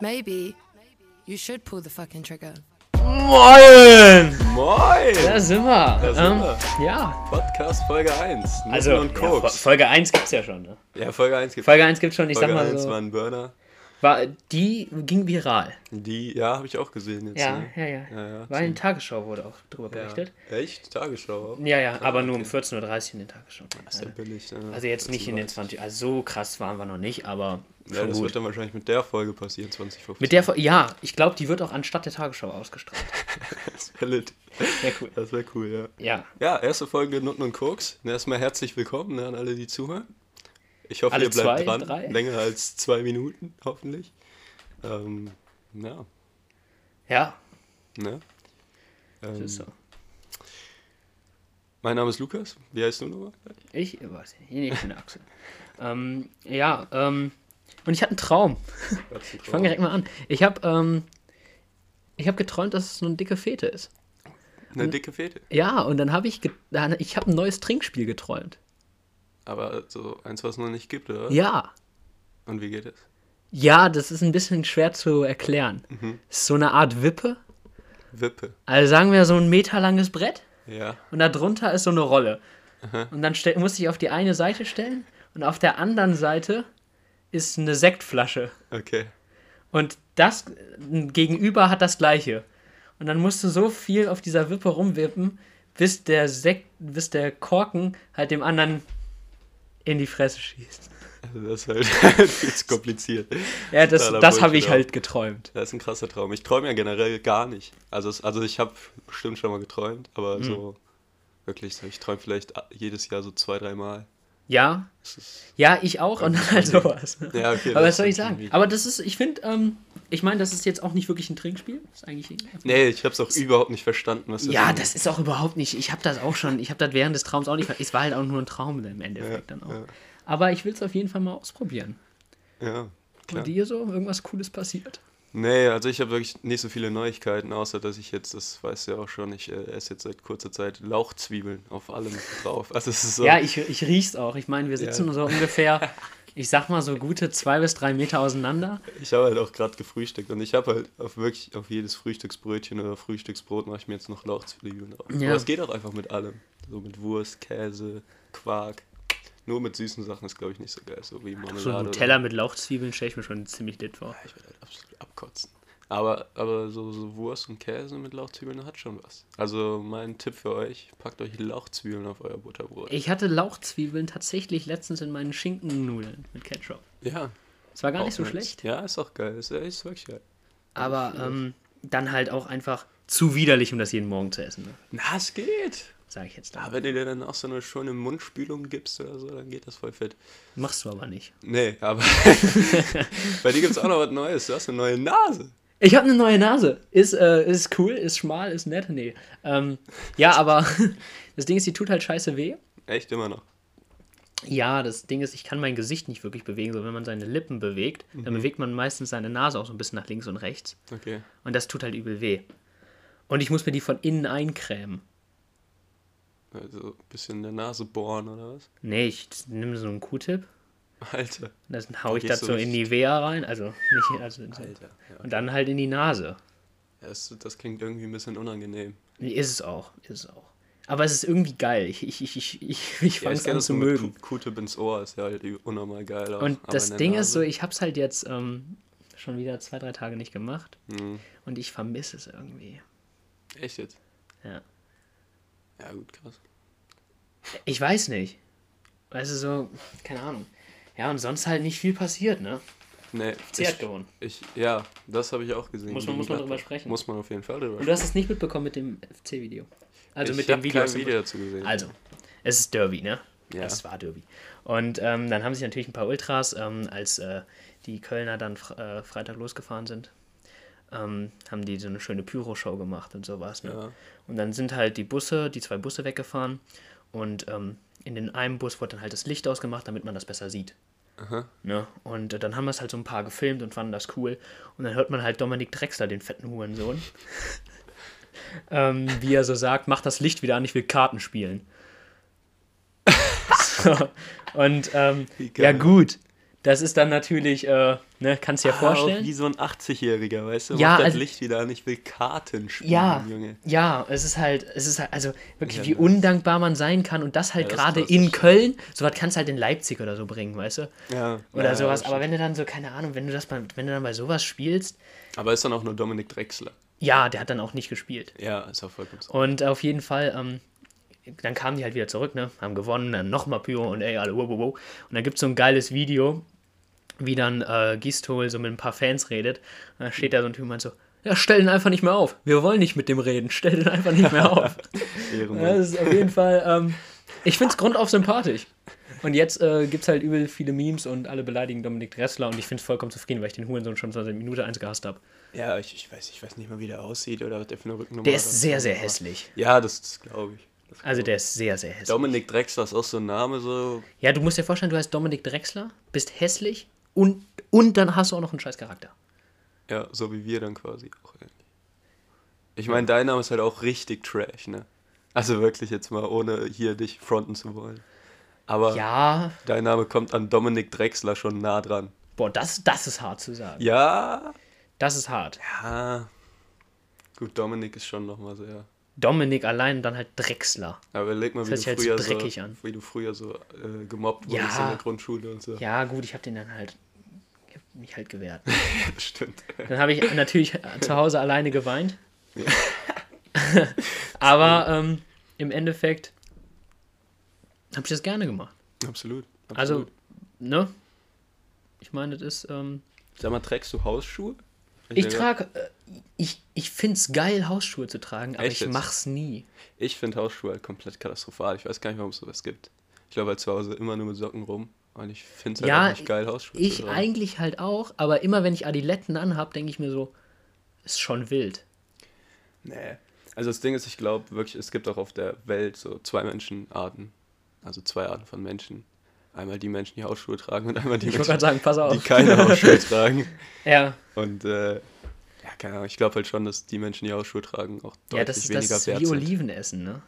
maybe you should pull the fucking trigger. Moin! Moin! Da sind wir. Da sind ähm, wir. Ja. Podcast Folge 1. Nutten Also, und ja, Fo- Koks. Folge 1 gibt's ja schon. Ne? Ja, Folge 1 gibt Folge 1 gibt's schon, ich Folge sag mal 1 war so. ein Burner. War, die ging viral. Die, ja, habe ich auch gesehen jetzt. Ja, ne? ja, ja. Ja, ja, War in der Tagesschau, wurde auch drüber berichtet. Echt? Tagesschau auch? Ja, ja, aber nur um 14.30 Uhr in der Tagesschau. Ist ja billig. ne? Also jetzt nicht in den 20 Also so krass waren wir noch nicht, aber Ja, schon das gut. wird dann wahrscheinlich mit der Folge passieren, 2015. Mit der Fo- ja, ich glaube, die wird auch anstatt der Tagesschau ausgestrahlt. Das wäre lit. Sehr cool. Das wäre cool, ja. Ja. Ja, erste Folge Nutten und Koks. Na, Erstmal herzlich willkommen ne, an alle, die zuhören. Ich hoffe, Alle ihr bleibt zwei, dran. drei? Länger als zwei Minuten, hoffentlich. Ähm, ja, Ja, ne? das Ähm, ist so. Mein Name ist Lukas. Wie heißt du nochmal? Ich weiß nicht. Nee, ich bin der Axel. ähm, ja, ähm, und ich hatte einen Traum. Ich fange direkt mal an. Ich habe ähm, ich hab geträumt, dass es nur eine dicke Fete ist. Eine dicke Fete. Ja, und dann habe ich, ge- dann- ich hab ein neues Trinkspiel geträumt. Aber so eins, was es noch nicht gibt, oder? Ja. Und wie geht es? Ja, das ist ein bisschen schwer zu erklären. Ist so eine Art Wippe. Wippe. Also sagen wir so ein Meter langes Brett Ja. und darunter ist so eine Rolle. Und dann stell, musste ich auf die eine Seite stellen und auf der anderen Seite ist eine Sektflasche. Okay. Und das äh, gegenüber hat das gleiche. Und dann musst du so viel auf dieser Wippe rumwippen, bis der Sekt, bis der Korken halt dem anderen in die Fresse schießt. Also das ist halt jetzt kompliziert. Ja, das, Totaler das habe Bullshit ich halt geträumt. Das ist ein krasser Traum. Ich träume ja generell gar nicht. Also, es, also ich habe bestimmt schon mal geträumt, Hm. aber so wirklich so. Ich träume vielleicht a- jedes Jahr so zwei, dreimal. Ja. Ja, ich auch und halt sowas. Ja, okay. Aber das was soll ich ist sagen? irgendwie- Aber das ist, ich finde, ähm, ich meine, das ist jetzt auch nicht wirklich ein Trinkspiel. Das ist eigentlich Nee, ich habe es auch überhaupt nicht verstanden, was ja, ist. das ist auch überhaupt nicht. Ich habe das auch schon. Ich habe das während des Traums auch nicht. ver- Es war halt auch nur ein Traum im Endeffekt dann auch. Aber ich will es auf jeden Fall mal ausprobieren. Ja, Bei klar. dir so irgendwas Cooles passiert? Nee, also ich habe wirklich nicht so viele Neuigkeiten, außer dass ich jetzt, das weißt du ja auch schon, ich äh, esse jetzt seit kurzer Zeit Lauchzwiebeln auf allem drauf. Also es ist so. Ja, ich, ich riech's auch. Ich meine, wir sitzen so ungefähr, ich sag mal so gute zwei bis drei Meter auseinander. Ich habe halt auch gerade gefrühstückt und ich habe halt auf wirklich auf jedes Frühstücksbrötchen oder Frühstücksbrot mache ich mir jetzt noch Lauchzwiebeln drauf. Ja. Aber es geht auch einfach mit allem. So mit Wurst, Käse, Quark. Nur mit süßen Sachen ist, glaube ich, nicht so geil. So wie Marmelade. So ein oder- Nutella mit Lauchzwiebeln stelle ich mir schon ziemlich dick vor. Ich werde halt absolut abkotzen. Aber, aber so, so Wurst und Käse mit Lauchzwiebeln hat schon was. Also mein Tipp für euch, packt euch Lauchzwiebeln auf euer Butterbrot. Ich hatte Lauchzwiebeln tatsächlich letztens in meinen Schinkennudeln mit Ketchup. ja. Es war gar nicht auch so nice. schlecht, Ja, ist auch geil. Ist, ist wirklich geil. aber ähm, dann halt auch einfach zu widerlich, um das jeden Morgen zu essen, ne? Na, es geht. sage ich jetzt da. Aber wenn du dir dann auch so eine schöne Mundspülung gibst oder so, dann geht das voll fit. Machst du aber nicht. Nee, aber bei dir gibt es auch noch was Neues. Du hast eine neue Nase. Ich habe eine neue Nase. Ist, äh, ist cool, ist schmal, ist nett. Nee. Ähm, ja, aber das Ding ist, die tut halt scheiße weh. Echt immer noch. Ja, das Ding ist, ich kann mein Gesicht nicht wirklich bewegen, so wenn man seine Lippen bewegt, dann Mhm. bewegt man meistens seine Nase auch so ein bisschen nach links und rechts. Okay. Und das tut halt übel weh. Und ich muss mir die von innen eincremen. Also ein bisschen in der Nase bohren oder was? Nee, ich nehme so einen Q-Tip, Alter. und dann hau ich gehst das du so in die Weha rein, also nicht, also in so. Alter. Ja. Und dann halt in die Nase. Das, das klingt irgendwie ein bisschen unangenehm. Nee, Ist es auch, ist es auch. Aber es ist irgendwie geil. Ich, ich, ich, ich, ich, ich fange ich es kenn an das zu so mit mögen. Q- Q-Tip ins Ohr ist ja halt unnormal geil. Auch, Und aber in das der Ding ist so, Nase- ich hab's halt jetzt ähm, schon wieder zwei, drei Tage nicht gemacht. Mhm. Und ich vermisse es irgendwie. Echt jetzt? Ja. Ja, gut, krass. Ich weiß nicht. Weißt du, so, keine Ahnung. Ja, und sonst halt nicht viel passiert, ne? Nee. Sie hat Ich, gewonnen. ich, ja, das habe ich auch gesehen. Muss man- muss man drüber sprechen. Muss man auf jeden Fall drüber Und du hast es nicht mitbekommen mit dem FC-Video. Also ich mit dem hab Video. kein zum- Video dazu gesehen. Also, es ist Derby, ne? Ja. Es war Derby. Und ähm, dann haben sich natürlich ein paar Ultras, ähm, als äh, die Kölner dann fr äh, Freitag losgefahren sind, ähm, haben die so eine schöne Pyro-Show gemacht und sowas. Ne? Ja. Und dann sind halt die Busse, die zwei Busse weggefahren und ähm, in den einen Bus wurde dann halt das Licht ausgemacht, damit man das besser sieht. Ne? Und äh, dann haben wir es halt so ein paar gefilmt und fanden das cool. Und dann hört man halt Dominik Drexler, den fetten Hurensohn, ähm, wie er so sagt, mach das Licht wieder an, ich will Karten spielen. so. Und ähm, Wie geil. ja gut, Das ist dann natürlich, äh, ne, kannst du dir Ah, Auch vorstellen. wie so ein 80-Jähriger, weißt du? Ja, Macht das also- Licht wieder an, ich will Karten spielen, Ja, Junge. ja, es ist halt, es ist halt, also wirklich, Ja, wie ne. undankbar man sein kann und das halt Ja, das gerade ist in krass. Köln, sowas kannst du halt in Leipzig oder so bringen, weißt du? Ja, Oder ja, sowas, das aber wenn du dann so, keine Ahnung, wenn du das bei, wenn du dann bei sowas spielst, stimmt. Aber ist dann auch nur Dominik Drexler. ja, der hat dann auch nicht gespielt. Ja, ist auch vollkommen so. Und auf jeden Fall, ähm, dann kamen die halt wieder zurück, ne? Haben gewonnen, dann nochmal Pyro und ey, alle wow, wow, wow. Und dann gibt es so ein geiles Video, wie dann äh, Gistol so mit ein paar Fans redet. Und dann steht da so ein Typ und meint so, ja, stell den einfach nicht mehr auf. Wir wollen nicht mit dem reden, stell den einfach nicht mehr auf. Ehrenmann. das ist auf jeden Fall, ähm, ich find's grundauf sympathisch. Und jetzt äh, gibt's halt übel viele Memes und alle beleidigen Dominik Dressler und ich find's vollkommen zufrieden, weil ich den Hurensohn schon seit Minute 1 gehasst hab. Ja, ich, ich, weiß, ich weiß nicht mal, wie der aussieht oder was der für eine Rückennummer Der hat. ist sehr, sehr hässlich. Ja, das, das glaube ich. Das Also glaub ich. der ist sehr, sehr hässlich. Dominik Drexler ist auch so ein Name, so. Ja, du musst dir vorstellen, du heißt Dominik Drexler, bist hässlich und, und dann hast du auch noch einen scheiß Charakter. Ja, so wie wir dann quasi auch irgendwie. Ich meine, dein Name ist halt auch richtig trash, ne? Also wirklich jetzt mal, ohne hier dich fronten zu wollen. Aber Ja, dein Name kommt an Dominik Drexler schon nah dran. boah, das, das ist hart zu sagen. Ja. Das ist hart. Ah. Ja. Gut, Dominik ist schon nochmal sehr. Dominik allein und dann halt Drexler. Aber überleg mal, wie Das du, hört sich früher halt so so, dreckig an. wie du früher so äh, gemobbt Ja. wurdest in der Grundschule und so. Ja, gut, ich hab den dann halt, ich hab mich halt gewehrt. Stimmt. Dann habe ich natürlich zu Hause alleine geweint. Aber ähm, im Endeffekt habe ich das gerne gemacht. Absolut. absolut. Also, ne? Ich meine, das ist. Ähm, Sag mal, trägst du Hausschuhe? ich denke- trage. Äh, ich ich finde es geil, Hausschuhe zu tragen, aber Echt ich jetzt? mach's nie. Ich finde Hausschuhe halt komplett katastrophal. Ich weiß gar nicht, warum es sowas gibt. Ich laufe halt zu Hause immer nur mit Socken rum. Und ich finde es halt Ja, auch nicht geil, Hausschuhe Ich zu tragen. eigentlich halt auch, aber immer wenn ich Adiletten anhab, denke ich mir so, ist schon wild. Nee. Also das Ding ist, ich glaube wirklich, es gibt auch auf der Welt so zwei Menschenarten. Also zwei Arten von Menschen. Einmal die Menschen, die Hausschuhe tragen und einmal die Ich wollte gerade sagen, Menschen, pass die auf. keine Hausschuhe tragen. Ja, Und äh, ja, keine Ahnung, ich glaube halt schon, dass die Menschen, die Hausschuhe tragen, auch deutlich ja, das ist das weniger ist wert wie sind. Oliven essen, ne?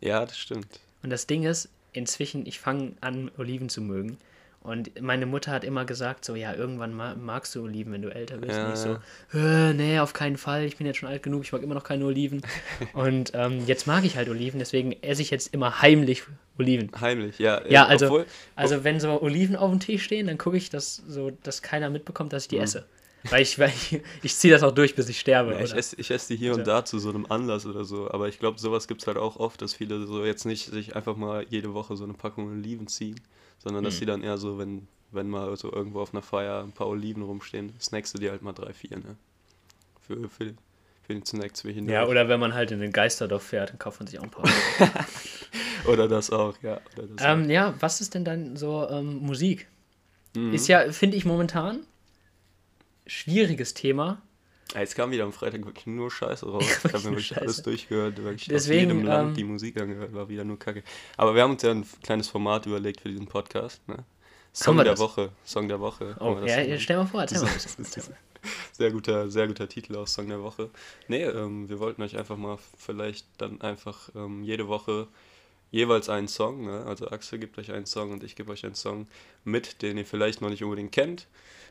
Ja, das stimmt. Und das Ding ist, inzwischen, ich fange an, Oliven zu mögen. Und meine Mutter hat immer gesagt, so, ja, irgendwann ma magst du Oliven, wenn du älter bist. Und ich so, äh, nee, auf keinen Fall, ich bin jetzt schon alt genug, ich mag immer noch keine Oliven. Und ähm, jetzt mag ich halt Oliven, deswegen esse ich jetzt immer heimlich Oliven. Heimlich, ja. Äh, Ja, also, Obwohl, also wenn so Oliven auf dem Tisch stehen, dann gucke ich, dass, so, dass keiner mitbekommt, dass ich die esse. Weil ich, weil ich, ich ziehe das auch durch, bis ich sterbe. Mhm. Ja, ich oder? esse ich ess die hier Also- und da zu so einem Anlass oder so, aber ich glaube, sowas gibt es halt auch oft, dass viele so jetzt nicht sich einfach mal jede Woche so eine Packung Oliven ziehen, sondern Mhm. dass sie dann eher so, wenn, wenn mal so irgendwo auf einer Feier ein paar Oliven rumstehen, snackst du dir halt mal drei, vier, ne? Für, für, für den Snack zwischendurch. ja, oder wenn man halt in den Geisterdorf fährt, dann kauft man sich auch ein paar. Oder das auch, ja. Oder das Ähm, ja, was ist denn dann so ähm, Musik? Mhm. Ist ja, finde ich momentan, schwieriges Thema. auch. Ah, Jetzt kam wieder am Freitag wirklich nur Scheiße raus. Ich habe nur mir wirklich alles Scheiße. durchgehört, wirklich Deswegen, auf jedem Land ähm, die Musik angehört, war wieder nur Kacke. Aber wir haben uns ja ein kleines Format überlegt für diesen Podcast, ne? Song wir der das? Woche, Song der Woche. Oh, Wollen wir das ja, so ja, machen? stell mal vor, erzähl mal. Das ist- das ist- Sehr guter, sehr guter Titel aus Song der Woche. Nee, ähm, wir wollten euch einfach mal vielleicht dann einfach ähm, jede Woche jeweils einen Song, ne? also Axel gibt euch einen Song und ich gebe euch einen Song mit, den ihr vielleicht noch nicht unbedingt kennt,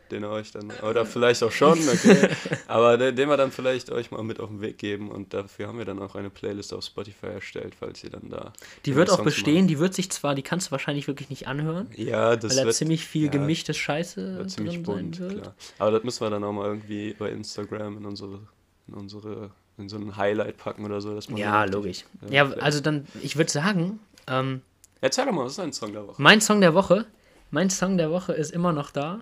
den ihr euch dann, oder vielleicht auch schon, okay, aber de- den wir dann vielleicht euch mal mit auf den Weg geben und dafür haben wir dann auch eine Playlist auf Spotify erstellt, falls ihr dann da... Die wenn wird ihr auch Songs bestehen, die wird sich zwar, die kannst du wahrscheinlich wirklich nicht anhören, macht. Ja, das weil da wird... ziemlich viel ja, gemischtes Scheiße Wird ziemlich drin bunt, sein wird. klar. Aber das müssen wir dann auch mal irgendwie bei Instagram in unsere, in unsere, in so ein Highlight packen oder so, dass man. Ja, dann- logisch. Ja, Ja, vielleicht. also dann, ich würde sagen, ähm, Erzähl doch mal, was ist dein Song der Woche? mein Song der Woche, mein Song der Woche ist immer noch da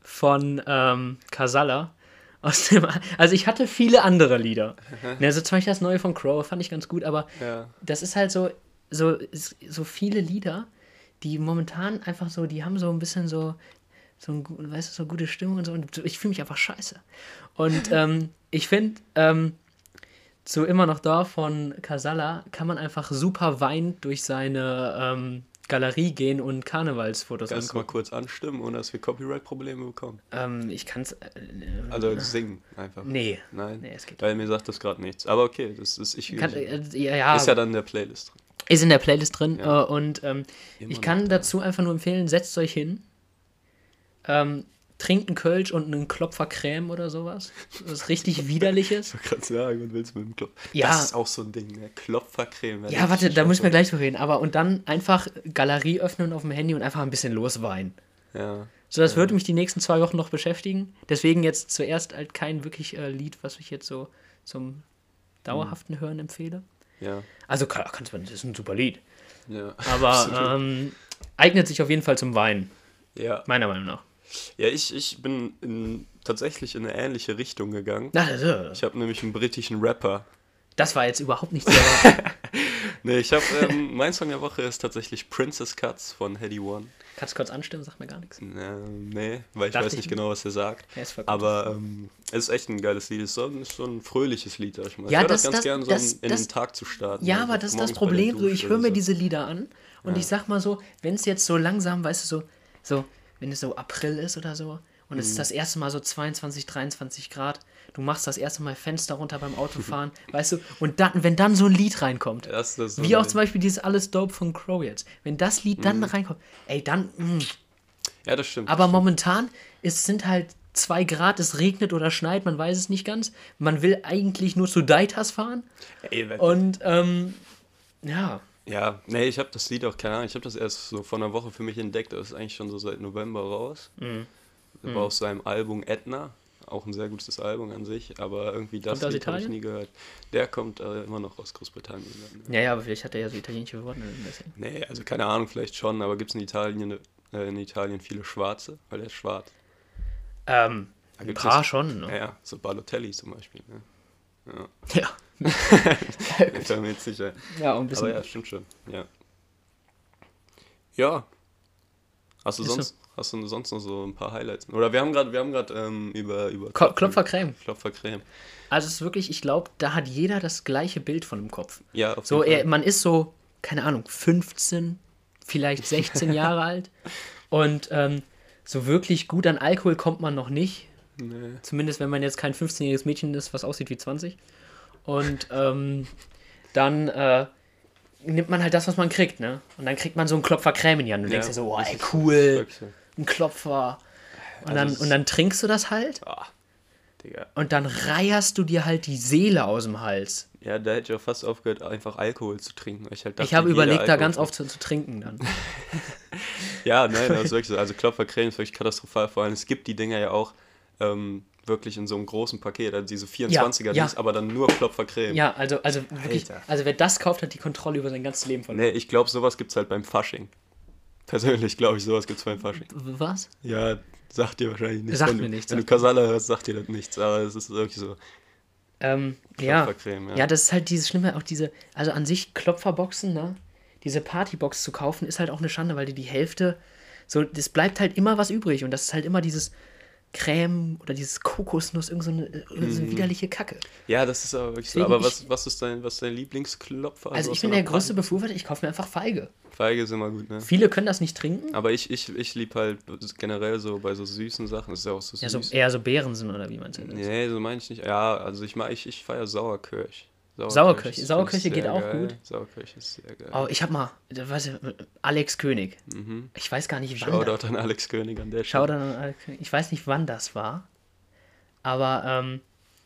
von ähm, Casalla. Aus dem, also ich hatte viele andere Lieder. Also zum Beispiel das neue von Crow fand ich ganz gut, aber Ja. das ist halt so, so, so viele Lieder, die momentan einfach so, die haben so ein bisschen so, so ein, gu- weißt du, so gute Stimmung und so. Und so- ich fühle mich einfach scheiße. Und ähm, ich finde, ähm, zu immer noch da von Casala kann man einfach super weinend durch seine ähm, Galerie gehen und Karnevalsfotos Kannst du mal angucken. kurz anstimmen, ohne dass wir Copyright-Probleme bekommen? Ähm, ich kann's. Äh, Also singen einfach. nee. Nein. Nee, es geht. Weil mir sagt das gerade nichts. Aber okay, das ist ich. Kann, äh, ja, ja, ist ja dann in der Playlist drin. Ist in der Playlist drin. Ja. Äh, und ähm, Immer ich kann noch dazu einfach nur empfehlen, setzt euch hin, ähm, trinkt einen Kölsch und einen Klopfer Creme oder sowas. Was richtig widerliches. Ich wollte gerade sagen, was willst du mit dem Klopfer? Ja. Das ist auch so ein Ding, ne? Klopfercreme. wer Ja, das warte, da schafft, müssen wir gleich drüber reden. Aber und dann einfach Galerie öffnen auf dem Handy und einfach ein bisschen losweinen. Ja. So, das würde mich die nächsten zwei Wochen noch beschäftigen. Deswegen jetzt zuerst halt kein wirklich äh, Lied, was ich jetzt so zum dauerhaften Hören empfehle. Ja. Also klar, kannst man, das ist ein super Lied. Ja. Aber ähm, eignet sich auf jeden Fall zum Weinen, ja. meiner Meinung nach. Ja, ich, ich bin in, tatsächlich in eine ähnliche Richtung gegangen. Na, das, Ich habe nämlich einen britischen Rapper. das war jetzt überhaupt nicht so. Nee, ich habe, ähm, mein Song der Woche ist tatsächlich Princess Cuts von Heady One. Kannst du kurz anstimmen, sagt mir gar nichts. Ähm, nee, weil ich Dachte weiß ich nicht mir. genau, was er sagt. Ja, ist voll gut. Aber ähm, es ist echt ein geiles Lied. Es ist so ein, ist so ein fröhliches Lied, sag ich mal. Ich Ja, hör das- ganz das- gern, so das- in, in das- den Tag zu starten. Ja, also aber das ist morgens das bei der Problem. So, Dusche ich oder höre mir so. diese Lieder an und ich sag mal so, wenn es jetzt so langsam, weißt du, so, so, wenn es so April ist oder so und es Mhm. ist das erste Mal so 22, 23 Grad, du machst das erste Mal Fenster runter beim Autofahren, weißt du, und dann, wenn dann so ein Lied reinkommt, Das, das ist so Mhm. wie auch geil. zum Beispiel dieses Alles Dope von Crow jetzt, wenn das Lied dann reinkommt, ey, dann, mm, mh. Ja, das stimmt. aber momentan, es sind halt zwei Grad, es regnet oder schneit, man weiß es nicht ganz, man will eigentlich nur zu Deitas fahren. Ey, wenn- Und ähm, ja, Ja, nee, ich habe das Lied auch, keine Ahnung, ich habe das erst so vor einer Woche für mich entdeckt. Das ist eigentlich schon so seit November raus. Mhm. War auf seinem Album Edna, auch ein sehr gutes Album an sich, aber irgendwie das Kommt aus Lied habe ich Italien? nie gehört. Der kommt äh, immer noch aus Großbritannien. Dann, ne? ja, ja, aber vielleicht hat er ja so italienische Worte ne? ein bisschen. Nee, also keine Ahnung, vielleicht schon, aber gibt es in Italien, äh, in Italien viele Schwarze? Weil der ist schwarz. Ähm, Da ein gibt's paar das- schon, Ja, ne? ja, so Balotelli zum Beispiel. Ne? Ja. Ich bin mir jetzt sicher. Ja, und ein bisschen. Aber ja, stimmt schon. Ja. Ja. Hast du Ist so. sonst, hast du sonst noch so ein paar Highlights? Oder wir haben gerade, wir haben gerade ähm, über, über Ko- Klopfercreme. Klopfercreme. Also es ist wirklich, ich glaube, da hat jeder das gleiche Bild von dem Kopf. Ja, auf So, jeden er, man ist so, keine Ahnung, 15, vielleicht 16 Jahre alt. Und ähm, so wirklich gut an Alkohol kommt man noch nicht. Nee. Zumindest wenn man jetzt kein 15-jähriges Mädchen ist, was aussieht wie 20. Und ähm, dann äh, nimmt man halt das, was man kriegt, ne? Und dann kriegt man so einen Klopfer Creme in die Hand. Du denkst dir so, oh, das ey, ist- das ist cool, wirklich so. ein Klopfer. Und, Also dann, es ist- und dann trinkst du das halt Ah, Digga. und dann reierst du dir halt die Seele aus dem Hals. Ja, da hätte ich auch fast aufgehört, einfach Alkohol zu trinken. weil Ich, halt Ich dachte, habe jeder überlegt, da Alkohol- ganz oft zu, zu trinken dann. Ja, nein, das ist wirklich so. Also Klopfercreme ist wirklich katastrophal. Vor allem, es gibt die Dinger ja auch ähm, wirklich in so einem großen Paket. Also diese 24er, ja. Dings, aber dann nur Klopfercreme. Ja, also, also wirklich, Alter. also wer das kauft, hat die Kontrolle über sein ganzes Leben verloren. Nee, ich glaube, sowas gibt's halt beim Fasching. Persönlich glaube ich, sowas gibt's beim Fasching. Was? Ja, sagt dir wahrscheinlich nichts. Sagt wenn mir du, nichts, Wenn du sagt mir Kasala hörst, sagt dir das nichts. Aber es ist wirklich so. Ähm, ja. Klopfercreme, ja. ja. das ist halt dieses Schlimme, auch diese, also an sich Klopferboxen, ne? Diese Partybox zu kaufen, ist halt auch eine Schande, weil dir die Hälfte, so, das bleibt halt immer was übrig und das ist halt immer dieses Creme oder dieses Kokosnuss, irgendeine so eine, irgend Mhm. so eine widerliche Kacke. Ja, das ist aber wirklich so. Deswegen Aber ich- was, was ist dein, was ist dein Lieblingsklopfer? Also aus ich bin so der einer größte Befürworter, ich kaufe mir einfach Feige. Party? Feige ist immer gut, ne? Viele können das nicht trinken. Aber ich, ich, ich liebe halt generell so bei so süßen Sachen. Das ist ja auch so süß. Ja, so, eher so Beeren sind oder wie man es nennt. nee, so meine ich nicht. Ja, also ich mag, ich, ich feiere Sauerkirsch. Sauerkirsch. ist- Sauerkirche finde ich geht sehr auch geil. gut. Sauerkirsch ist sehr geil. Oh, ich hab mal, was, Alex König. Mhm. Ich weiß gar nicht, wann. das- Shoutout an Alex König an der Schau dann, an- ich weiß nicht, wann das war, aber ähm,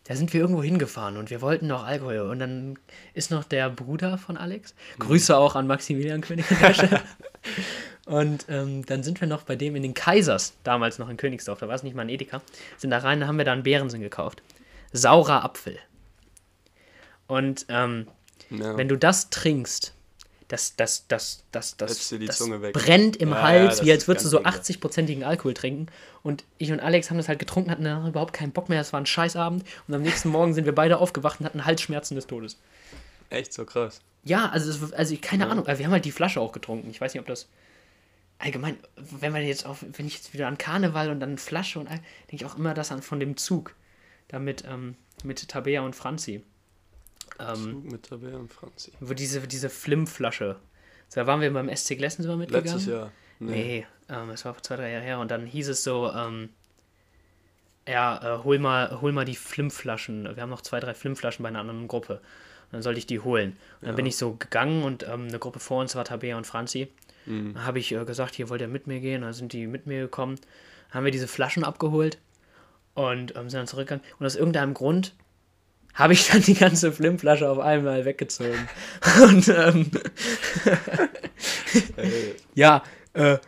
da sind wir irgendwo hingefahren und wir wollten noch Alkohol. Und dann ist noch der Bruder von Alex. Mhm. Grüße auch an Maximilian König an der Stelle. Und ähm, dann sind wir noch bei dem in den Kaisers, damals noch in Königsdorf, da war es nicht mal ein Edeka, sind da rein, da haben wir da einen Beerensen gekauft. Saurer Apfel. Und ähm, Ja. wenn du das trinkst, das, das, das, das, das, Hättest du die das Zunge weg. brennt im Ja, ja, Hals, das wie als ist würdest du ganz so ekelhaft. 80-prozentigen Alkohol trinken. Und ich und Alex haben das halt getrunken, hatten danach überhaupt keinen Bock mehr. Es war ein Scheißabend. Und am nächsten Morgen sind wir beide aufgewacht und hatten Halsschmerzen des Todes. Echt so krass. Ja, also, es, war- also ich- keine Ahnung. aber Wir haben halt die Flasche auch getrunken. Ich weiß nicht, ob das. Allgemein, wenn man jetzt auf, wenn ich jetzt wieder an Karneval und dann Flasche und all- denke ich auch immer das an von dem Zug. Da mit, ähm, mit Tabea und Franzi. Ähm, Zug mit Tabea und Franzi. wo diese, diese Flim-Flasche. So, da waren wir beim SC Glessen sind wir mitgegangen. Letztes Jahr. Nee. Nee, ähm, es war vor zwei, drei Jahren her. Und dann hieß es so, ähm, ja, äh, hol, mal, hol mal die Flim-Flaschen. Wir haben noch zwei, drei Flim-Flaschen bei einer anderen Gruppe. Und dann sollte ich die holen. Und dann bin ich so gegangen und ähm, eine Gruppe vor uns war Tabea und Franzi. Dann habe ich äh, gesagt, hier wollt ihr mit mir gehen. Dann sind die mit mir gekommen. Haben wir diese Flaschen abgeholt und ähm, sind dann zurückgegangen. Und aus irgendeinem Grund habe ich dann die ganze Flimflasche auf einmal weggezogen. und ähm, Ey, ja, äh,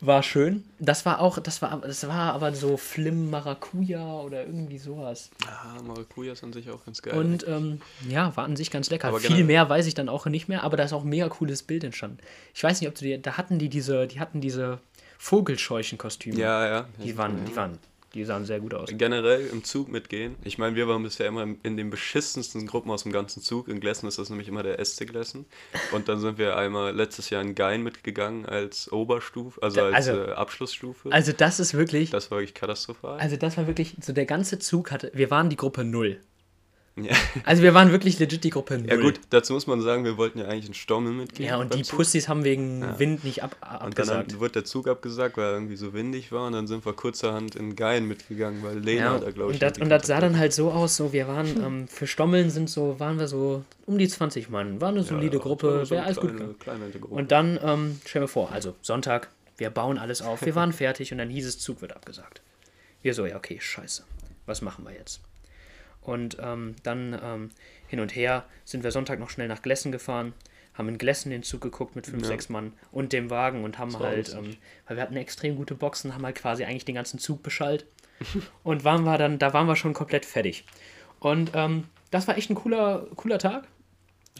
war schön. Das war auch, das war, das war aber so Flim Maracuja oder irgendwie sowas. ah, Maracuja ist an sich auch ganz geil. Und ähm, ja, war an sich ganz lecker. Aber Viel generell- mehr weiß ich dann auch nicht mehr, aber da ist auch ein mega cooles Bild entstanden. Ich weiß nicht, ob du dir, da hatten die diese, die hatten diese Vogelscheuchenkostüme. ja, ja. Die waren, die waren, die sahen sehr gut aus. Generell im Zug mitgehen. Ich meine, wir waren bisher immer in, in den beschissensten Gruppen aus dem ganzen Zug. In Glessen ist das nämlich immer der SC Glessen. Und dann sind wir einmal letztes Jahr in Gein mitgegangen als Oberstufe, also Da- als also- äh, Abschlussstufe. Also das ist wirklich, das war wirklich katastrophal. also das war wirklich, so der ganze Zug hatte, wir waren die Gruppe Null. ja. Also wir waren wirklich legit die Gruppe Null. ja gut, dazu muss man sagen, wir wollten ja eigentlich in Stommel mitgehen. Ja, und beim die Zug. Pussys haben wegen Wind nicht ab, Und dann abgesagt. haben, wird der Zug abgesagt, weil er irgendwie so windig war. Und dann sind wir kurzerhand in Gein mitgegangen, weil Lena Ja, da, glaube ich, und, das, irgendwie und das Kontakt sah hatte. dann halt so aus, so wir waren ähm, für Stommeln sind so, waren wir so um die 20 Mann, war eine solide Ja, Gruppe, so wäre eine alles gut kleine, gegangen. Kleine Gruppe. Und dann, ähm, stell mir vor, also Sonntag, wir bauen alles auf, wir waren fertig und dann hieß es, Zug wird abgesagt. Wir so, ja, okay, scheiße, was machen wir jetzt? Und ähm, dann ähm, hin und her sind wir Sonntag noch schnell nach Glessen gefahren, haben in Glessen den Zug geguckt mit fünf, sechs Mann und dem Wagen und haben war halt, lustig. ähm, weil wir hatten extrem gute Boxen, haben halt quasi eigentlich den ganzen Zug beschallt. und waren wir dann, da waren wir schon komplett fertig. Und ähm, das war echt ein cooler, cooler Tag.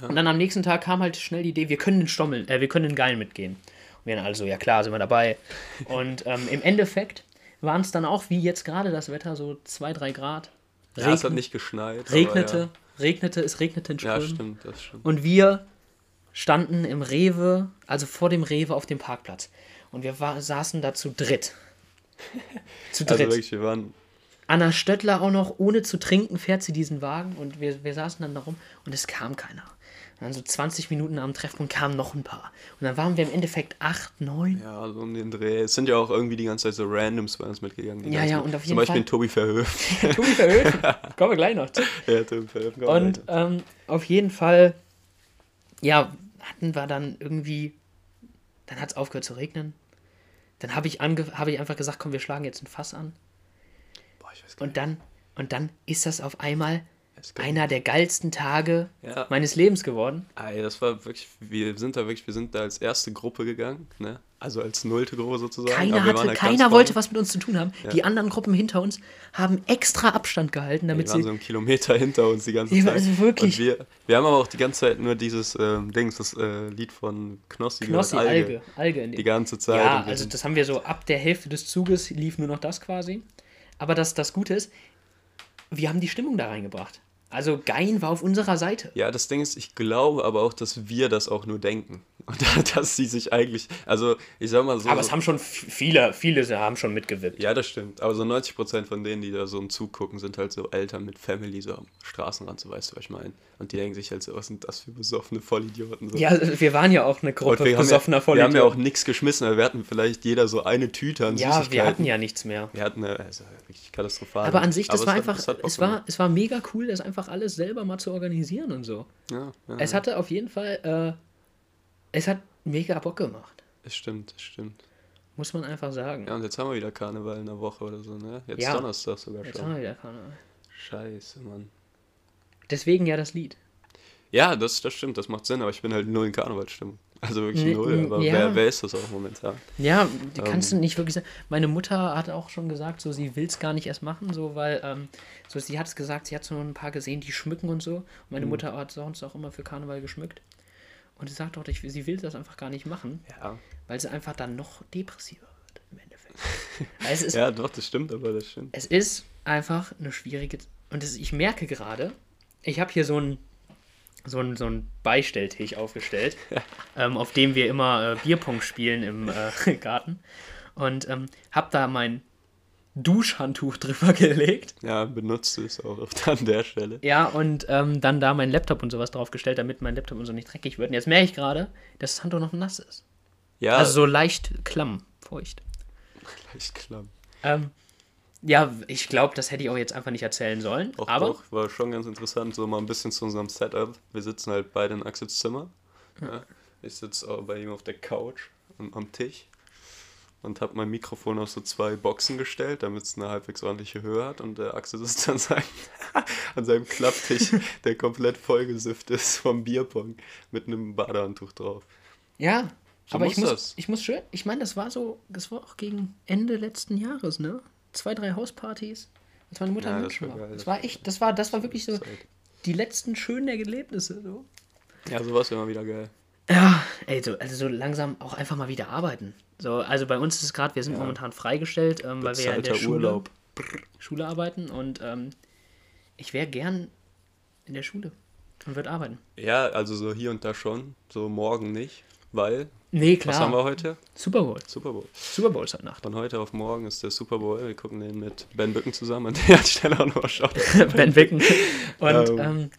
Und dann am nächsten Tag kam halt schnell die Idee, wir können den Stommeln, äh, wir können den Geilen mitgehen. Und wir dann also, ja klar, sind wir dabei. Und ähm, im Endeffekt waren es dann auch, wie jetzt gerade das Wetter, so 2, 3 Grad. ja, es hat nicht geschneit. regnete, regnete, es regnete in Aber ja. ja, Strömen. stimmt, das stimmt. Und wir standen im Rewe, also vor dem Rewe auf dem Parkplatz. Und wir war, saßen da zu dritt. Zu dritt. Also wirklich, wir waren Anna Stöttler auch noch, ohne zu trinken, fährt sie diesen Wagen und wir, wir saßen dann da rum und es kam keiner. Und dann so 20 Minuten am Treffpunkt kamen noch ein paar. Und dann waren wir im Endeffekt acht, neun. ja so um den Dreh. Es sind ja auch irgendwie die ganze Zeit so Randoms bei uns mitgegangen. die Ja, ganzen- ja, und auf jeden Zum Beispiel Fall- den Tobi Verhöf. Tobi Verhöfen. Kommen wir gleich noch zu. ja, Tobi Verhöf. komm, Und Alter. ähm, auf jeden Fall, ja, hatten wir dann irgendwie, dann hat es aufgehört zu regnen. Dann habe ich, ange- habe ich einfach gesagt, komm, wir schlagen jetzt ein Fass an. Boah, ich weiß gar Und dann, und dann ist das auf einmal Es geht einer der geilsten Tage Ja. meines Lebens geworden. Ey, das war wirklich, wir sind da wirklich, wir sind da als erste Gruppe gegangen, ne? Also als nullte Gruppe sozusagen. Keiner, aber wir waren hatte, halt ganz keiner vorne. wollte was mit uns zu tun haben. Die anderen Gruppen hinter uns haben extra Abstand gehalten, Die damit waren sie. so einen Kilometer hinter uns die ganze Ja, Zeit. also wirklich. Und wir, wir haben aber auch die ganze Zeit nur dieses ähm, Dings, das äh, Lied von Knossi, Knossi, gehört, Alge. Alge in dem. Die ganze Zeit. Ja, und wir also sind- das haben wir so ab der Hälfte des Zuges lief nur noch das quasi. Aber das, das Gute ist, wir haben die Stimmung da reingebracht. Also Gein war auf unserer Seite. Ja, das Ding ist, ich glaube aber auch, dass wir das auch nur denken. Und dass sie sich eigentlich, also ich sag mal so. Aber es haben schon f- viele, viele haben schon mitgewippt. ja, das stimmt. Aber so 90% von denen, die da so im Zug gucken, sind halt so Eltern mit Family, so am Straßenrand, so weißt du, was ich meine. Und die denken sich halt so, was sind das für besoffene Vollidioten. So. Ja, also wir waren ja auch eine Und Gruppe wir haben, besoffener ja, wir haben ja auch Vollidioten. nichts geschmissen, aber wir hatten vielleicht jeder so eine Tüte an Ja, Süßigkeiten. wir hatten ja nichts mehr. Wir hatten, äh, also wirklich katastrophal. Aber an sich, das es war hat- einfach, hat Bock es, war, gemacht. es war mega cool, das einfach alles selber mal zu organisieren und so. Ja, ja, Es hatte auf jeden Fall, äh, es hat mega Bock gemacht, es stimmt, es stimmt. muss man einfach sagen. Ja, und jetzt haben wir wieder Karneval in der Woche oder so, ne? Jetzt Ja. Donnerstag sogar Jetzt schon. haben wir wieder Karneval. Scheiße, Mann. Deswegen ja das Lied. Ja, das, das stimmt, das macht Sinn, aber ich bin halt null in Karnevalsstimmung. Also wirklich Nee, null, aber ja. wer, wer ist das auch momentan? Ja, Ähm. die kannst du nicht wirklich sagen. Meine Mutter hat auch schon gesagt, so sie will es gar nicht erst machen, so weil, ähm, so sie hat es gesagt, sie hat so ein paar gesehen, die schmücken und so. Und meine Mhm. Mutter hat sonst auch immer für Karneval geschmückt. Und sie sagt auch, ich, sie will das einfach gar nicht machen, Ja. weil sie einfach dann noch depressiver wird im Endeffekt. Weil es ist, ja, doch, das stimmt, aber das stimmt. es ist einfach eine schwierige. Und es, ich merke gerade, ich habe hier so einen so einen, so einen Beistelltisch aufgestellt, ähm, auf dem wir immer äh, Bierpong spielen im äh, Garten. Und ähm, habe da mein Duschhandtuch drüber gelegt. Ja, benutzt es auch oft an der Stelle. Ja, und ähm, dann da mein Laptop und sowas draufgestellt, damit mein Laptop und so nicht dreckig wird. Und jetzt merke ich gerade, dass das Handtuch noch nass ist. Ja, Also so leicht klamm, feucht. leicht klamm. Ähm, ja, ich glaube, das hätte ich auch jetzt einfach nicht erzählen sollen. Auch aber doch, war schon ganz interessant, so mal ein bisschen zu unserem Setup. Wir sitzen halt beide in Axels Zimmer. Ja. Ich sitze bei ihm auf der Couch am, am Tisch und habe mein Mikrofon auf so zwei Boxen gestellt, damit es eine halbwegs ordentliche Höhe hat. Und der Axel sitzt an seinem, an seinem Klapptisch, der komplett vollgesüfft ist vom Bierpong, mit einem Badehandtuch drauf. Ja, So aber ich muss, muss das. ich muss schön, ich meine, das war so, das war auch gegen Ende letzten Jahres, ne? Zwei, drei Hauspartys, als meine Mutter Ja, in das München war war. geil, das das war echt, das war, das war wirklich so Zeit. die letzten schönen Erlebnisse, so. Ja, sowas wäre mal wieder geil. Ja, ey, so, also so langsam auch einfach mal wieder arbeiten. So, also bei uns ist es gerade, wir sind momentan freigestellt, ähm, weil wir ja in der Bezahlter Schule, Urlaub. Schule arbeiten und ähm, ich wäre gern in der Schule und würde arbeiten. Ja, also so hier und da schon, so morgen nicht, weil, Nee, klar. was haben wir heute? Super Bowl. Super Bowl. Super Bowl ist heute Nacht. Von heute auf morgen ist der Super Bowl. Wir gucken den mit Ben Bücken zusammen. An der Stelle auch nochmal schaut. ben Wicken. Und Ähm, ähm,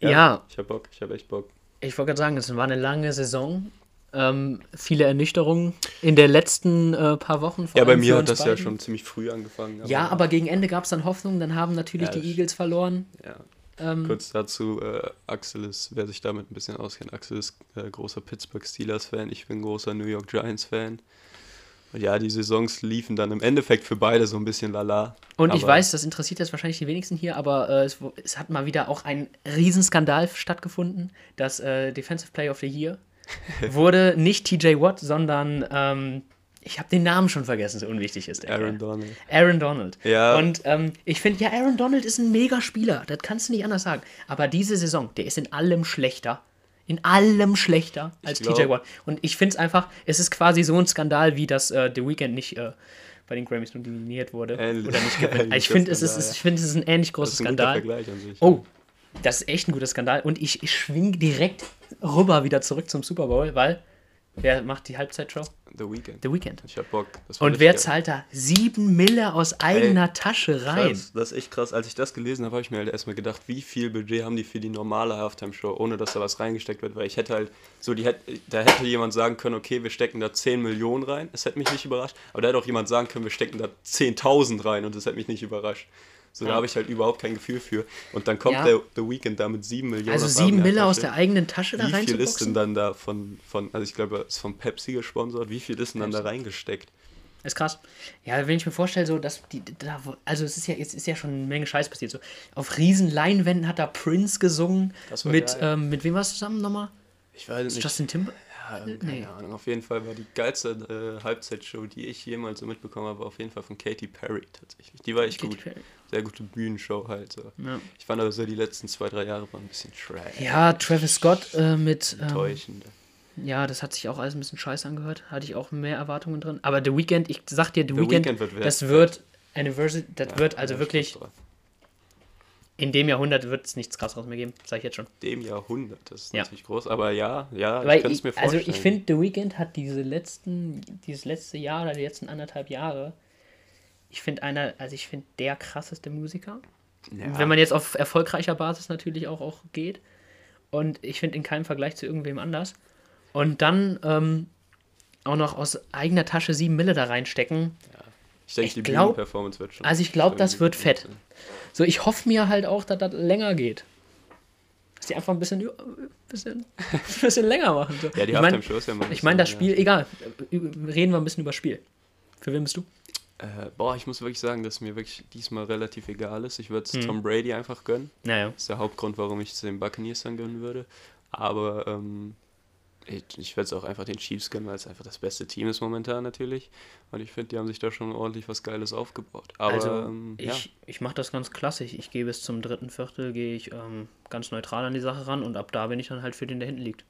Ja. ja, Ich hab Bock, ich hab echt Bock. Ich wollte gerade sagen, es war eine lange Saison. Ähm, viele Ernüchterungen in den letzten äh, paar Wochen. vor Ja, bei allem für mir hat uns das ja beiden. schon ziemlich früh angefangen. Ja, aber gegen Ende gab es dann Hoffnung. Dann haben natürlich Ja, die das- Eagles verloren. Ja. Ähm, Kurz dazu, äh, Axel ist, wer sich damit ein bisschen auskennt, Axel ist äh, großer Pittsburgh Steelers-Fan, ich bin großer New York Giants-Fan. Und ja, die Saisons liefen dann im Endeffekt für beide so ein bisschen lala. und ich aber- weiß, das interessiert jetzt wahrscheinlich die wenigsten hier, aber äh, es, wo- es hat mal wieder auch ein Riesenskandal stattgefunden. Das äh, Defensive Player of the Year wurde nicht TJ Watt, sondern ähm, ich habe den Namen schon vergessen, so unwichtig ist der. Kerl. Aaron Donald. Aaron Donald. Ja. Und ähm, ich finde, ja, Aaron Donald ist ein Mega-Spieler. Das kannst du nicht anders sagen. Aber diese Saison, der ist in allem schlechter. In allem schlechter als glaub- TJ Watt. Und ich finde es einfach, es ist quasi so ein Skandal, wie dass äh, The Weeknd nicht äh, bei den Grammys nominiert wurde. Ähnlich- Oder nicht gewinnt. ähnlicher ich finde, es, ist- Skandal, ja. ich find, es ist ein ähnlich großes Das ist ein guter Skandal. Vergleich an sich. Oh, das ist echt ein guter Skandal. Und ich, ich schwing direkt rüber wieder zurück zum Super Bowl, weil wer macht die Halbzeitshow? The Weeknd. The Weeknd. Ich hab Bock. Das wird Und wer echt geil. zahlt da sieben Mille aus eigener Tasche rein? Krass, das ist echt krass. Als ich das gelesen habe, habe ich mir halt erstmal gedacht, wie viel Budget haben die für die normale Halftime-Show, ohne dass da was reingesteckt wird, weil ich hätte halt, so die hätte, da hätte jemand sagen können, okay, wir stecken da 10 Millionen rein, es hätte mich nicht überrascht, aber da hätte auch jemand sagen können, wir stecken da 10.000 rein und das hätte mich nicht überrascht. So, da habe ich halt überhaupt kein Gefühl für. Und dann kommt Ja. der The Weeknd da mit 7 Millionen. Also aus sieben eigener Mille aus Tasche. der eigenen Tasche da Wie viel ist reinzuboxen? denn dann da von, von also ich glaube, es ist von Pepsi gesponsert, wie viel ist denn dann da reingesteckt? Ist krass. Ja, wenn ich mir vorstelle, so, dass die, da, wo- also es ist ja, jetzt ist ja schon eine Menge Scheiß passiert. So, auf riesen Leinwänden hat da Prince gesungen. Das war Mit, geil. ähm, mit wem war es zusammen nochmal? Ich weiß es nicht. Justin Timber? Ja, Äh, keine Nee. Ahnung. Auf jeden Fall war die geilste äh, Halbzeitshow, die ich jemals so mitbekommen habe, auf jeden Fall von Katy Perry tatsächlich. Die war echt Katy gut. Perry. Sehr gute Bühnenshow halt. So. Ja. Ich fand aber so die letzten zwei, drei Jahre waren ein bisschen trash. Ja, Travis Scott äh, mit. Ähm, Enttäuschend. ja, das hat sich auch alles ein bisschen scheiße angehört. Hatte ich auch mehr Erwartungen drin. Aber The Weeknd, ich sag dir, The, Weeknd, Weeknd wird das wird Anniversary, das wird also Ja, wirklich, Schluss drauf. in dem Jahrhundert wird es nichts krasseres mehr geben, sag ich jetzt schon. Dem Jahrhundert, das ist Ja. natürlich groß, aber ja, ja, Weil ich könnte es mir vorstellen. Also ich finde, The Weeknd hat diese letzten, dieses letzte Jahr oder die letzten anderthalb Jahre, ich finde einer, also ich finde der krasseste Musiker. ja, Wenn man jetzt auf erfolgreicher Basis natürlich auch, auch geht. Und ich finde in keinem Vergleich zu irgendwem anders. Und dann ähm, auch noch aus eigener Tasche sieben Mille da reinstecken. ich denke, ich die glaub- Bühnenperformance wird schon. Also ich glaube, das irgendwie wird gut fett. sein. So, ich hoffe mir halt auch, dass das länger geht. Dass die einfach ein bisschen, ü- bisschen, bisschen länger machen. So. Ja, Ich die mein, Halftime-Show ist ja mal ein ich meine, das bisschen, Spiel, egal. Ü- Reden wir ein bisschen über das Spiel. Für wen bist du? ja. Äh, boah, ich muss wirklich sagen, dass mir wirklich diesmal relativ egal ist. Ich würde Hm. es Tom Brady einfach gönnen. Naja. Das ist der Hauptgrund, warum ich es den Buccaneers dann gönnen würde. Aber ähm, ich, ich werde es auch einfach den Chiefs gönnen, weil es einfach das beste Team ist momentan natürlich. Und ich finde, die haben sich da schon ordentlich was Geiles aufgebaut. Aber also, ähm, ich, ja, ich mache das ganz klassisch. Ich gehe bis zum dritten Viertel, gehe ich ähm, ganz neutral an die Sache ran und ab da bin ich dann halt für den, der hinten liegt.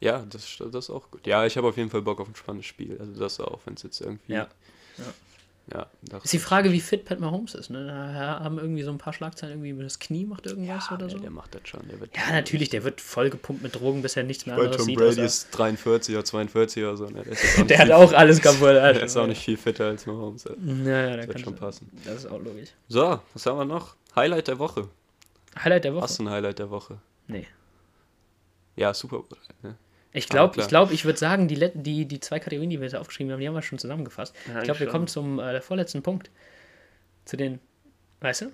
ja das, st- das ist auch gut. Ja, ich habe auf jeden Fall Bock auf ein spannendes Spiel. Also das auch, wenn es jetzt irgendwie... Ja. ja das- Ist die Frage, wie fit Pat Mahomes ist. Ne? Da haben irgendwie so ein paar Schlagzeilen, irgendwie das Knie macht irgendwas ja, oder nee, so. der macht das schon. Der wird Ja, natürlich, der wird voll gepumpt mit Drogen, bis er nichts mehr Weil anderes Tom sieht. Brady außer- ist 43 oder 42 oder so. Ne? Der, ist jetzt auch nicht Der hat viel- auch alles kaputt. der ist auch nicht viel fitter als Mahomes. Das Naja, da wird kann schon passen. Das ist auch logisch. So, was haben wir noch? Highlight der Woche. Highlight der Woche? Hast du ein Highlight der Woche? Nee. Ja, Super Bowl. Ne? Ich Aber glaube, klar. ich, glaub, ich würde sagen, die, let- die, die zwei Kategorien, die wir jetzt aufgeschrieben haben, die haben wir schon zusammengefasst. ich eigentlich glaube, wir schon. kommen zum äh, vorletzten Punkt. Zu den, weißt du?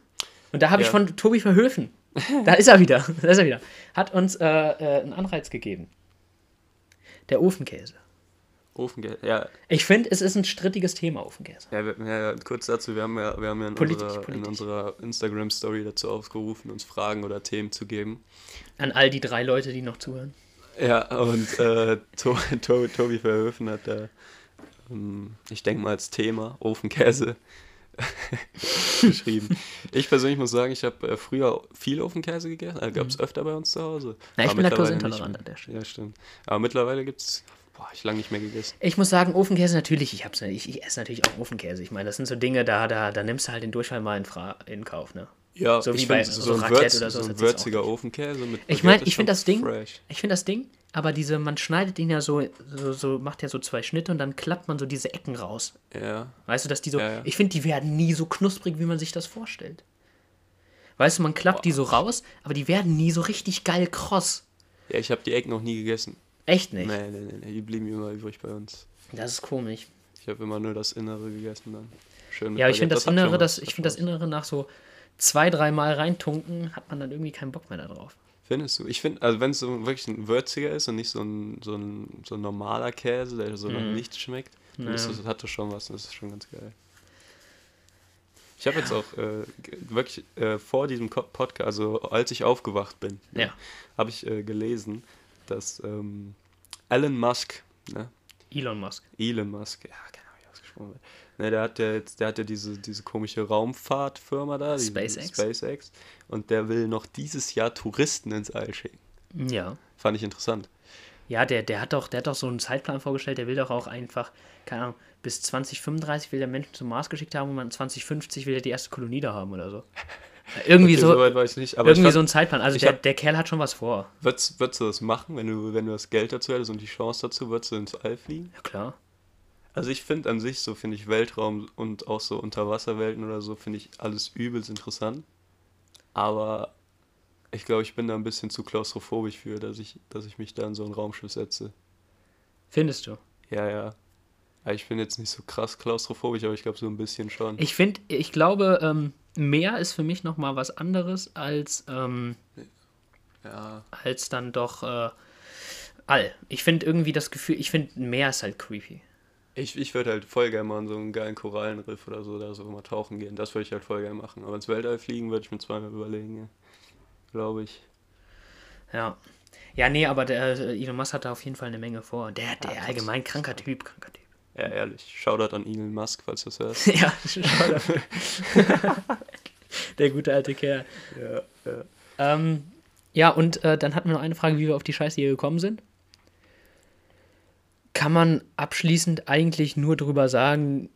Und da habe ich Ja. von Tobi Verhöfen, da ist er wieder, da ist er wieder, hat uns äh, äh, einen Anreiz gegeben. Der Ofenkäse. Ofenkäse, ja. Ich finde, es ist ein strittiges Thema, Ofenkäse. Ja, wir, ja, ja, kurz dazu, wir haben ja, wir haben ja in, Politisch, unserer, in politisch. unserer Instagram-Story dazu aufgerufen, uns Fragen oder Themen zu geben. An all die drei Leute, die noch zuhören. Ja, und äh, to, to, Tobi Verhöfen hat da, ähm, ich denke mal als Thema, Ofenkäse geschrieben. Ich persönlich muss sagen, ich habe äh, früher viel Ofenkäse gegessen, äh, gab es öfter bei uns zu Hause. Mhm. Na, ich Aber bin mittlerweile nicht laktoseintolerant mehr. an der Stelle. Ja, stimmt. Aber mittlerweile gibt es, boah, ich lange nicht mehr gegessen. Ich muss sagen, Ofenkäse natürlich, ich hab's ich, ich esse natürlich auch Ofenkäse. Ich meine, das sind so Dinge, da, da, da nimmst du halt den Durchfall mal in, Fra in Kauf, ne? Ja, So ich wie bei find, so so ein, Raclette Würz, oder so sowas ein hat sie's auch würziger Ofenkäse mit Ich Baguette meine, ist ich schon finde das Ding, fresh. ich finde das Ding, aber diese, man schneidet ihn ja so, so, so, macht ja so zwei Schnitte und dann klappt man so diese Ecken raus. Ja. Weißt du, dass die so, Ja, ja. ich finde, die werden nie so knusprig, wie man sich das vorstellt. Weißt du, man klappt die so raus, aber die werden nie so richtig geil kross. ja, ich habe die Ecken noch nie gegessen. Echt nicht. Nee, nee, nee, nee, die blieben immer übrig bei uns. Das ist komisch. Ich habe immer nur das Innere gegessen dann. Schön mit Ja, aber ich finde das, Baguette, hat schon Innere, was. das, ich finde das Innere nach so zwei, dreimal reintunken, hat man dann irgendwie keinen Bock mehr darauf. Findest du? Ich finde, also wenn es so wirklich ein würziger ist und nicht so ein, so ein, so ein normaler Käse, der so nach nichts schmeckt, dann ist Mhm. Ja. das, hat das schon was und das ist schon ganz geil. Ich habe jetzt auch äh, ge- wirklich äh, vor diesem Co- Podcast, also als ich aufgewacht bin, ne, Ja. habe ich äh, gelesen, dass ähm, Elon Musk, ne, Elon Musk. Elon Musk, ja, keine Ahnung, wie ausgesprochen wird. Ne, der hat ja jetzt, der hat ja diese, diese komische Raumfahrtfirma da, diese SpaceX. SpaceX, und der will noch dieses Jahr Touristen ins All schicken. Ja. Fand ich interessant. Ja, der, der hat doch, der hat doch so einen Zeitplan vorgestellt, der will doch auch einfach, keine Ahnung, bis 2035 will der Menschen zum Mars geschickt haben und man 2050 will er die erste Kolonie da haben oder so. Irgendwie Okay, so, Also, soweit war ich nicht, aber irgendwie ich so ein fand, Zeitplan. Also ich der, hab- der Kerl hat schon was vor. würdest, würdest du das machen, wenn du, wenn du das Geld dazu hättest und die Chance dazu, würdest du ins All fliegen? Ja, klar. Also ich finde an sich so, finde ich Weltraum und auch so Unterwasserwelten oder so, finde ich alles übelst interessant. Aber ich glaube, ich bin da ein bisschen zu klaustrophobisch für, dass ich, dass ich mich da in so ein Raumschiff setze. Findest du? Ja, ja. Aber ich bin jetzt nicht so krass klaustrophobisch, aber ich glaube so ein bisschen schon. Ich finde, ich glaube, ähm, mehr ist für mich nochmal was anderes als, ähm, ja. als dann doch äh, all. Ich finde irgendwie das Gefühl, ich finde mehr ist halt creepy. Ich, ich würde halt voll gerne mal in so einen geilen Korallenriff oder so, da so mal tauchen gehen. Das würde ich halt voll gerne machen. Aber ins Weltall fliegen würde ich mir zweimal überlegen, ja. Glaube ich. Ja. Ja, nee, aber der äh, Elon Musk hat da auf jeden Fall eine Menge vor. Der, der allgemein kranker Typ, kranker Typ. Ja, ehrlich. Shoutout an Elon Musk, falls du das hörst. ja, schade. der gute alte Kerl. ja, ja. Ähm, ja, und äh, dann hatten wir noch eine Frage, wie wir auf die Scheiße hier gekommen sind. Kann man abschließend eigentlich nur drüber sagen,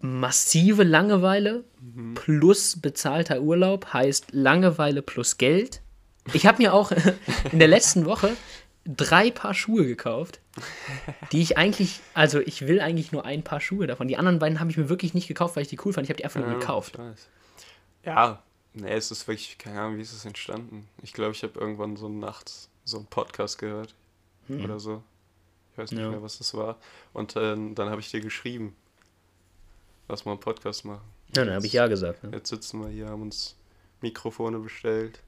massive Langeweile Mhm. plus bezahlter Urlaub heißt Langeweile plus Geld. Ich habe mir auch in der letzten Woche drei Paar Schuhe gekauft, die ich eigentlich, also ich will eigentlich nur ein Paar Schuhe davon. Die anderen beiden habe ich mir wirklich nicht gekauft, weil ich die cool fand. Ich habe die einfach nur Ja, gekauft. Ich weiß. Ja, nee, es ist wirklich, keine Ahnung, wie ist es entstanden? Ich glaube, ich habe irgendwann so nachts so einen Podcast gehört oder so. Ich weiß nicht Hm. Ja. mehr, was das war. Und ähm, dann habe ich dir geschrieben, lass mal einen Podcast machen. Ja, dann habe ich ja gesagt. Ne? Jetzt sitzen wir hier, haben uns Mikrofone bestellt.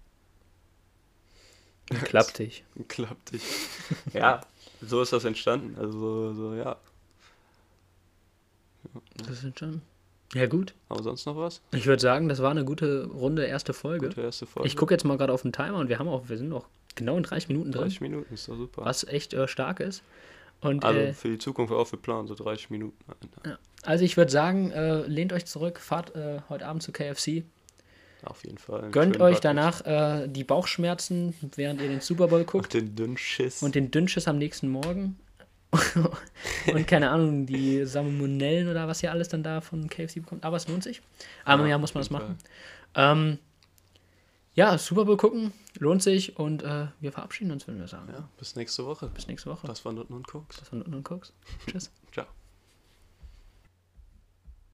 Klappt dich. Klappt dich. ja, so ist das entstanden. Also, so, ja. Das sind schon. Ja, gut. Aber sonst noch was? Ich würde sagen, das war eine gute Runde, erste Folge. Gute erste Folge. Ich gucke jetzt mal gerade auf den Timer und wir haben auch, wir sind noch genau in 30 Minuten drin, 30 Minuten ist doch super. was echt äh, stark ist. Und also, Also äh, für die Zukunft auch für Plan, so 30 Minuten. Nein, also ich würde sagen, äh, lehnt euch zurück, fahrt äh, heute Abend zu KFC, auf jeden Fall. Einen gönnt schönen euch Backofen. danach äh, die Bauchschmerzen, während ihr den Super Bowl guckt Und den dünnen Schiss. und den Dünnschiss am nächsten Morgen. und keine Ahnung, die Salmonellen oder was ihr alles dann da von KFC bekommt. Aber es lohnt sich. Einmal im Ja, Jahr auf muss man das jeden machen. Ähm, ja, Super Bowl gucken, lohnt sich und äh, wir verabschieden uns, würden wir sagen. ja, bis nächste Woche. Bis nächste Woche. Das war Nutten und Koks. Das war Nutten und Koks. Tschüss. Ciao.